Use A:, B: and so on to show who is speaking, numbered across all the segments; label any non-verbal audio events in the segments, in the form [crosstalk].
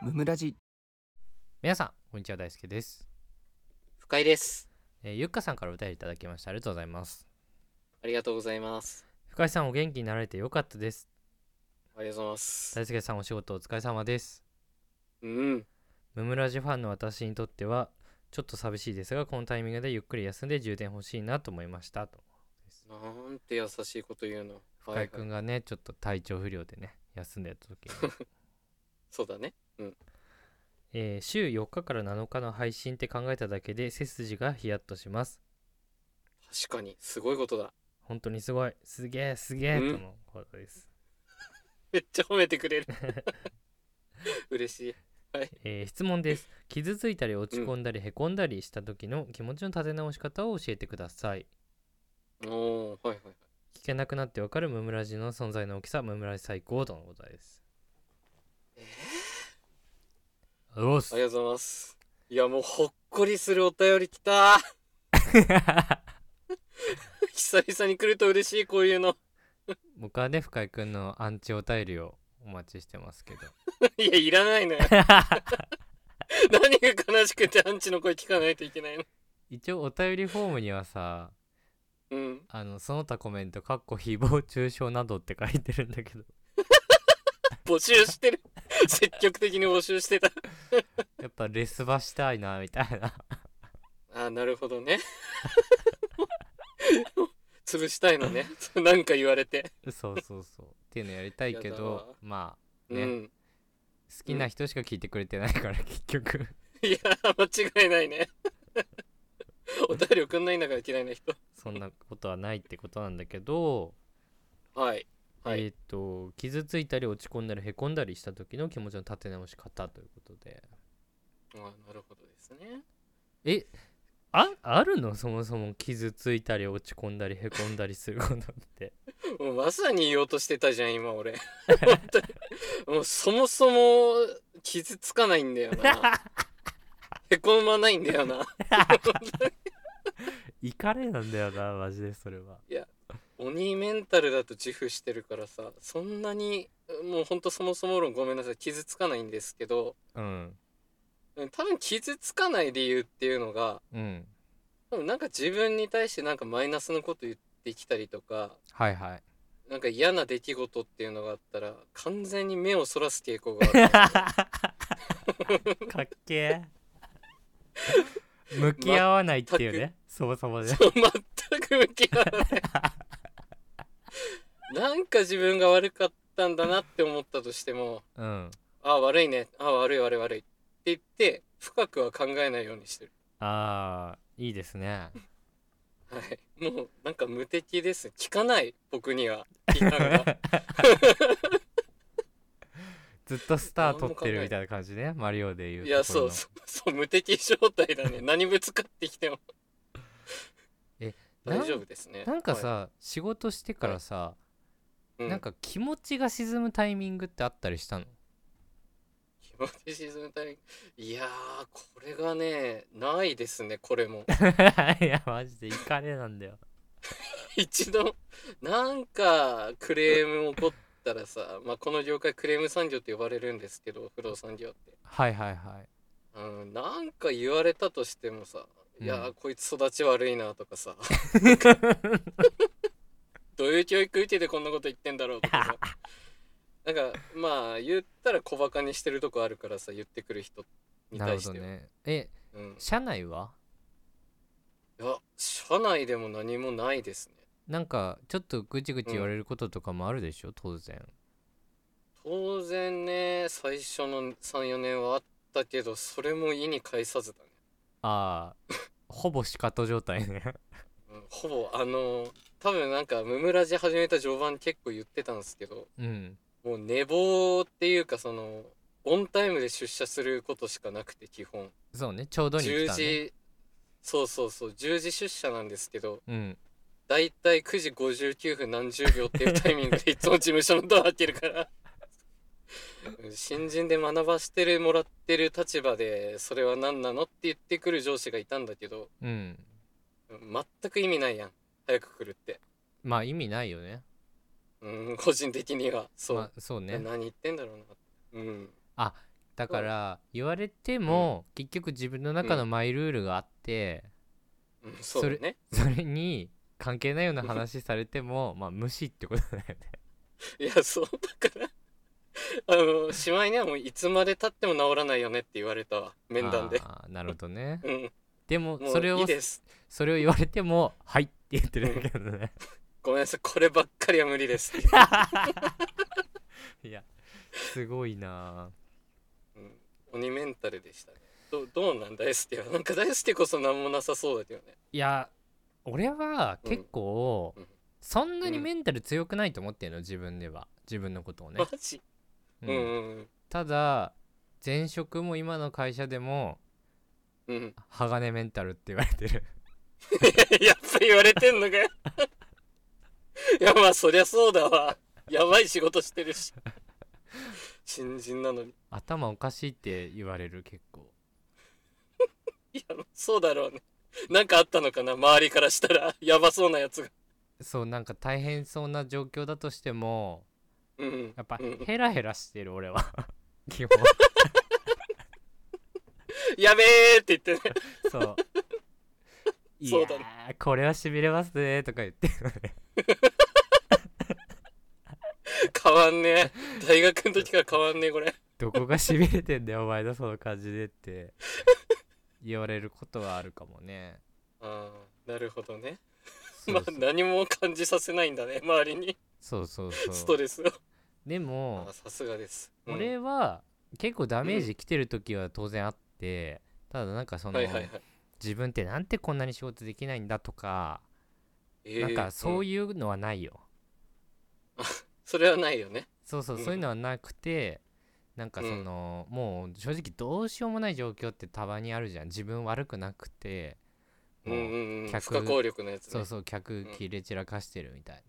A: ムムラジ
B: 皆さんこんにちは大輔です、
C: 深井です。
B: えーゆっかさんからお便りいただきましたありがとうございます
C: ありがとうございます。
B: 深井さんお元気になられてよかったです
C: ありがとうございます。
B: 大輔さんお仕事お疲れ様です
C: うん。
B: ムムラジファンの私にとってはちょっと寂しいですがこのタイミングでゆっくり休んで充電欲しいなと思いましたと
C: なんて優しいこと言うの。
B: 深井
C: はい
B: 君
C: はい
B: がねちょっと体調不良でね休んでた時に、
C: そうだね。
B: えー週4日から7日の配信って考えただけで背筋がヒヤッとします
C: 確かに、すごいことだ。
B: 本当にすごいすげえすげえ
C: うん
B: とのことです、
C: めっちゃ褒めてくれ
B: [laughs]
C: る。嬉しい。
B: えー質問です傷ついたり落ち込んだりへこんだりした時の気持ちの立て直し方を教えてください
C: おー、はいはいはい。
B: 聞けなくなってわかるムムラジの存在の大きさムムラジ最高とのことですえおっす
C: ありがとうございます。いや、もうほっこりするお便り
B: [laughs]
C: 来た。久々に来ると嬉しい、こういうの。
B: 僕はね深井君のアンチお便りをお待ちしてますけど
C: いや、いらな
B: [laughs]
C: いのよ。何が悲しくてアンチの声聞かないといけないの。
B: 一応お便りフォームにはさ
C: うん。
B: あのその他コメントかっこ誹謗中傷などって書いてるんだけど
C: 募集してる。 [laughs] 積極的に募集してた。
B: やっぱレスバしたいなみたいな
C: あーなるほどね [laughs] 潰したいのね [laughs] なんか言われて、
B: そうそうそうっていうのやりたいけ
C: やだわ
B: どまあ
C: う
B: ね
C: ん
B: 好きな人しか聞いてくれてないから、 [laughs] 結局
C: いや間違いないね [laughs] お便り送んないんだから嫌いな人
B: そんなことはないってことなんだけど、
C: はいはい、
B: えっ、と傷ついたり落ち込んだりへこんだりした時の気持ちの立て直し方ということで
C: あーなるほどですね
B: えああるのそもそも傷ついたり落ち込んだりへこんだりすることって [laughs]
C: もうまさに言おうとしてたじゃん今俺本当にもうそもそも傷つかないんだよ
B: [laughs]
C: なへこまないんだよな
B: イカれなんだよなマジでそれは
C: 鬼メンタルだと自負してるからさそんなにもうほんとそもそも論ごめんなさい傷つかないんですけど
B: うん
C: うん多分傷つかない理由っていうのが
B: うん
C: 多分なんか自分に対してなんかマイナスのこと言ってきたりとか
B: はい [laughs] はい
C: なんか嫌な出来事っていうのがあったら完全に目をそらす傾向がある [laughs]
B: かっけえ [laughs] 向き合わないっていうねそもそもね
C: そう全く向き合わないなんか自分が悪かったんだなって思ったとしても
B: うん
C: ああ悪いねああ悪い悪い悪いって言って深くは考えないようにしてる
B: あーいいですね
C: はいもうなんか無敵です聞かない僕には
B: [laughs]
C: 批判が
B: ずっとスター取ってるみたいな感じねマリオで言うところ
C: い
B: の
C: やそうそうそう無敵状態
B: [laughs]
C: だね何ぶつかってきても
B: えなん
C: 大丈夫ですね
B: なんかさ、
C: は
B: 仕事してからさ、
C: いうん
B: なんか気持ちが沈むタイミングってあったりした
C: [laughs]
B: の
C: 気持ち沈むタイミングいやーこれがねないですねこれも [laughs]
B: いやマジでイカれなんだよ
C: 一度なんかクレーム起こったらさ、まあ、この業界クレーム産業って呼ばれるんですけど不動産業って、
B: はいはいはい
C: うん、なんか言われたとしてもさ、いや
B: う
C: ー
B: ん
C: こいつ育ち悪いなと
B: [laughs]
C: かさどういう教育受けてこんなこと言ってんだろうと
B: [laughs]
C: かさなんかまあ言ったら小バカにしてるとこあるからさ言ってくる人に
B: なる
C: 対
B: ほ
C: し
B: ど
C: ては、
B: ねえ
C: うん、
B: 社内はい
C: や社内でも何もないですね
B: なんかちょっとぐちぐち言われることとかもあるでしょ、当然
C: 当然ね最初の34年はあったけどそれも意に介さずだね、
B: ああほぼ仕方状態
C: [laughs]
B: ね
C: うん、ほぼあのー多分なんかムムラジ始めた序盤結構言ってたんですけど
B: うん
C: もう寝坊っていうかそのオンタイムで出社することしかなくて基本
B: そうねちょうどに来
C: 10
B: たね
C: 時そうそうそう10時出社なんですけど
B: うん
C: だいたい9時59分何十秒っていうタイミング
B: [laughs]
C: でいつも事務所のドア開けるからうん新人で学ばしてるもらってる立場でそれは何なのって言ってくる上司がいたんだけど
B: うん
C: うん全く意味ないやん早く来るって、
B: まあ意味ないよね
C: うん、個人的にはそう、
B: まあ、そうね
C: 何言ってんだろうなうん
B: だから言われても結局自分の中のマイルールがあって
C: うん、そうだね。
B: それに関係ないような話されてもまあ無視ってことだよね
C: いや、そうだから。あの、しまいにはもういつまで経っても治らないよねって言われたわ。 [laughs] 面談で。
B: あーなるほどね
C: うん。
B: でも
C: も
B: それ
C: うい
B: を
C: いです。
B: それを言われても「はい」って言ってるだけどね
C: ごめんなさい。こればっかりは無理です。
B: [laughs] いやすごいな
C: うん、鬼メンタルでしたね。どどうなんだエステは。なんか大好きこそ何もなさそうだけどね。
B: いや俺は結構
C: うん
B: そんなに
C: うん
B: メンタル強くないと思ってるの自分では自分のことをね
C: マ、ジ、
B: う
C: うんん、うん
B: ただ前職も今の会社でも
C: うんうん。 [laughs]
B: 鋼メンタルって言われてる [laughs]
C: やっぱ言われてんのかよ。いや、まあそりゃそうだわ。やばい仕事してるし。新人なのに。
B: 頭おかしいって言われる結構
C: いや、そうだろうね。なんかあったのかな周りからしたら。やばそうなやつが。
B: そうなんか大変そうな状況だとしても
C: うんうん。
B: やっぱ
C: うん
B: ヘラヘラしてる俺は [laughs] 基本
C: やべえって言ってね。 [laughs]
B: そういや
C: そうだね
B: ーこれはしびれますねとか言って [laughs]
C: 変わんねえ。大学の時から変わんねえ、これ。
B: どこがしびれてんだよお前のその感じでって言われることはあるかもね
C: ああ、なるほどね。
B: そ
C: まあ
B: うそう
C: 何も感じさせないんだね周りに
B: そうそう
C: ス
B: そ
C: ト
B: う
C: レスを
B: でも
C: あさすがです、うん
B: 俺は結構ダメージ来てる時は当然あって、ただなんかその、
C: はいはいはい
B: 自分ってなんてこんなに仕事できないんだとか、
C: えー
B: なんかそ
C: うん
B: ういうのはないよ、
C: それはないよね
B: そうそう
C: うん
B: そういうのはなくて、なんかその、もう正直どうしようもない状況ってたまにあるじゃん自分悪くなくて
C: う
B: も
C: ん
B: う、
C: うんうん
B: 客
C: 不可抗力のやつね
B: そうそう客切れ散らかしてるみたい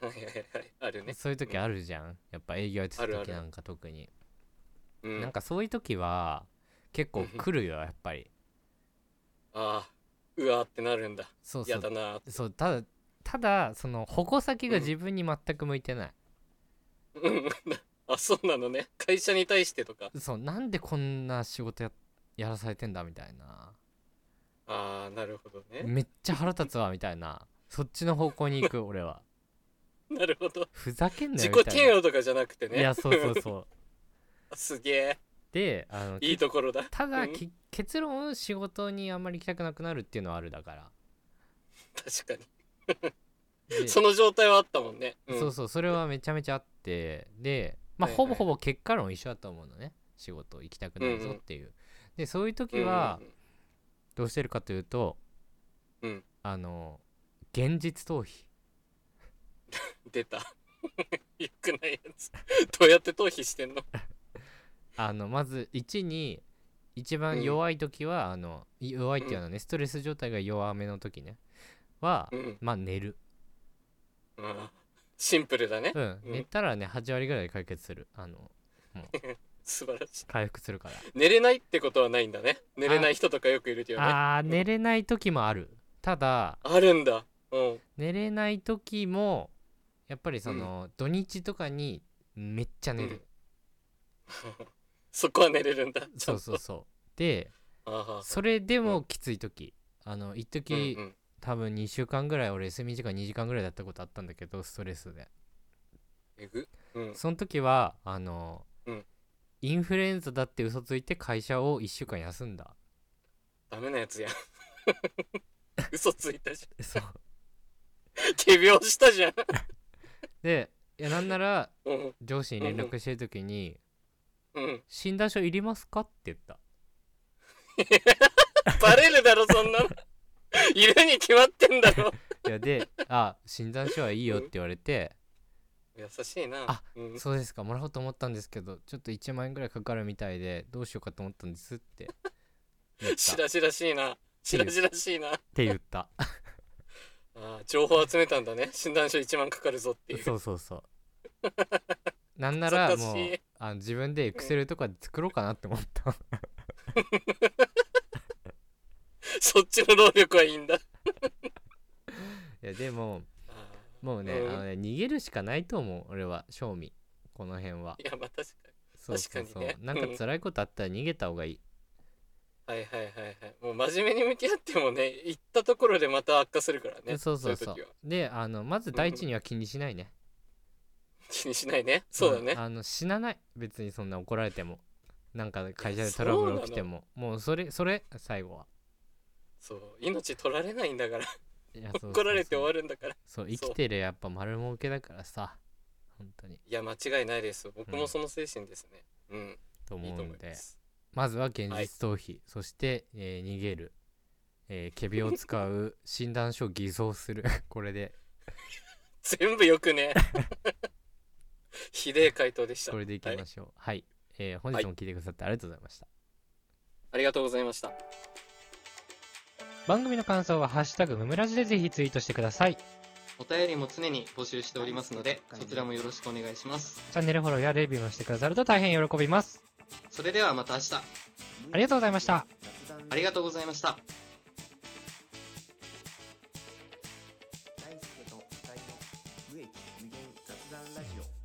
B: な、
C: はいはいはいあるね
B: そういう時あるじゃん、やっぱ営業やってた
C: あるある
B: 時なんか特に
C: うん
B: なん
C: あ
B: かそういう時は結構来るよやっぱり
C: あーうわーってなるんだ
B: そうそ
C: や
B: う
C: だなー
B: そうただただその矛先が
C: うん
B: 自分に全く向いてない、
C: うん [laughs] あそうなのね会社に対してとか
B: そうなんでこんな仕事ややらされてんだみたいな
C: ああなるほどね
B: めっちゃ腹立つわみたいなそっちの方向に行く俺は
C: なるほど
B: ふざけんな
C: 自
B: よ
C: 己
B: みたい
C: 嫌
B: な
C: 悪とかじゃなくてね
B: いやそうそうそう
C: すげ
B: であの
C: えいいところだ
B: ただ、
C: うん
B: き結論仕事にあんまり行きたくなくなるっていうのはあるだから
C: 確か
B: で
C: にその状態はあったもんね、うん、
B: そうそうそれはめちゃめちゃあってでまあ
C: はいは
B: ほ
C: い
B: ぼほぼ結果論一緒だと思うのね仕事行きたくないぞっていう、でそういう時は
C: うん
B: どうしてるかというと、
C: うん
B: あの現実逃避
C: 出た [laughs] よくないやつどうやって逃避してんの
B: あのまず1に一番弱い時は、あのい弱いっていうのはね、ストレス状態が弱めの時ねは、
C: うん、
B: まあ寝る
C: うん、シンプルだね
B: うん
C: うん
B: 寝たらね8割ぐらいで解決するあの
C: 素晴らしい
B: 回復するから
C: 寝れないってことはないんだね寝れない人とかよくいるけどねあ
B: あー寝れない時もあるただ
C: るんだうん
B: 寝れない時もやっぱりその、土日とかにめっちゃ寝る、
C: そこは寝れるんだちゃ
B: そ
C: ん
B: う
C: と
B: そうそうで
C: あ
B: それでもきつい時あの一
C: あ、うん
B: 時、
C: うん、
B: 多分2週間ぐらい俺休み時間2時間ぐらいだったことあったんだけどストレスで
C: えぐうん
B: その時はあの、
C: うん
B: インフルエンザだって嘘ついて会社を1週間休ん
C: [laughs]
B: だ
C: ダメなやつやん [laughs] 嘘ついたじ
B: そう
C: ゃん仮病したじゃん
B: でいやなんなら
C: うん
B: 上司に連絡してる時に
C: うん
B: 「診断書いりますか?」って言った
C: バレるだろそん [laughs] なのいるに決まってんだろ
B: いや
C: [laughs]
B: で「あ診断書はいいよ」って言われて
C: 優しいな
B: あ
C: うん
B: そうですかもらおうと思ったんですけどちょっと1万円ぐらいかかるみたいでどうしようかと思ったんですって
C: [laughs]
B: 言っ
C: した
B: っ
C: らしらしいな。しらしらしいな。
B: て言った
C: [laughs] ああ、情報集めたんだね。診断書1万かかるぞっていう。
B: そうそう
C: [laughs]
B: そうなんなら
C: 恥ず
B: も
C: か
B: う
C: しい
B: あの自分でエクセルとかで作ろうかなって思った [laughs]
C: そっちの労力はいいんだ。
B: いやでも
C: ああ
B: もうね,、
C: うん
B: あのね逃げるしかないと思う俺は正味この辺はい
C: や、まあ確か
B: そうそうそう、
C: 確かにね
B: なんか辛いことあったら逃げた方がいい
C: はいはいはいはいもう真面目に向き合ってもね行ったところでまた悪化するからね
B: そうそうそう
C: い時は
B: であのまず第一には気にしないね、
C: 気にしないねそうだね
B: んあの死なない別にそんな怒られてもなんか会社でトラブル起きてももうそれそれ最後は
C: そう命取られないんだから
B: いや
C: 怒られて終わ
B: る
C: るんだから
B: そう
C: そう
B: 生きてるやっぱ丸儲けだからさ本当に
C: いや間違いないです僕
B: う
C: も
B: ん
C: その精神ですねうん、
B: と
C: い
B: 思
C: いうと思
B: の
C: い
B: で
C: ます
B: まずは現実逃避、そして、えー逃げる、えー、毛を使う
C: [laughs]
B: 診断書を偽造するこれで
C: [laughs] 全部よくねひでえ回答でした
B: これでいきましょうはい、えー本日も聞いてくださってありがとうございました、
C: ありがとうございました
B: 番組の感想は「ハッシュタグむむらじ」でぜひツイートしてくださいチ
C: お便りも常に募集しておりますのでそちらもよろしくお願いします
B: ャンネルフォローやレビューもしてくださると大変喜びます
C: それではまた明日
B: ありがとうございました
C: ありがとうございました
A: 大輔と二人の無益無限雑談ラジオ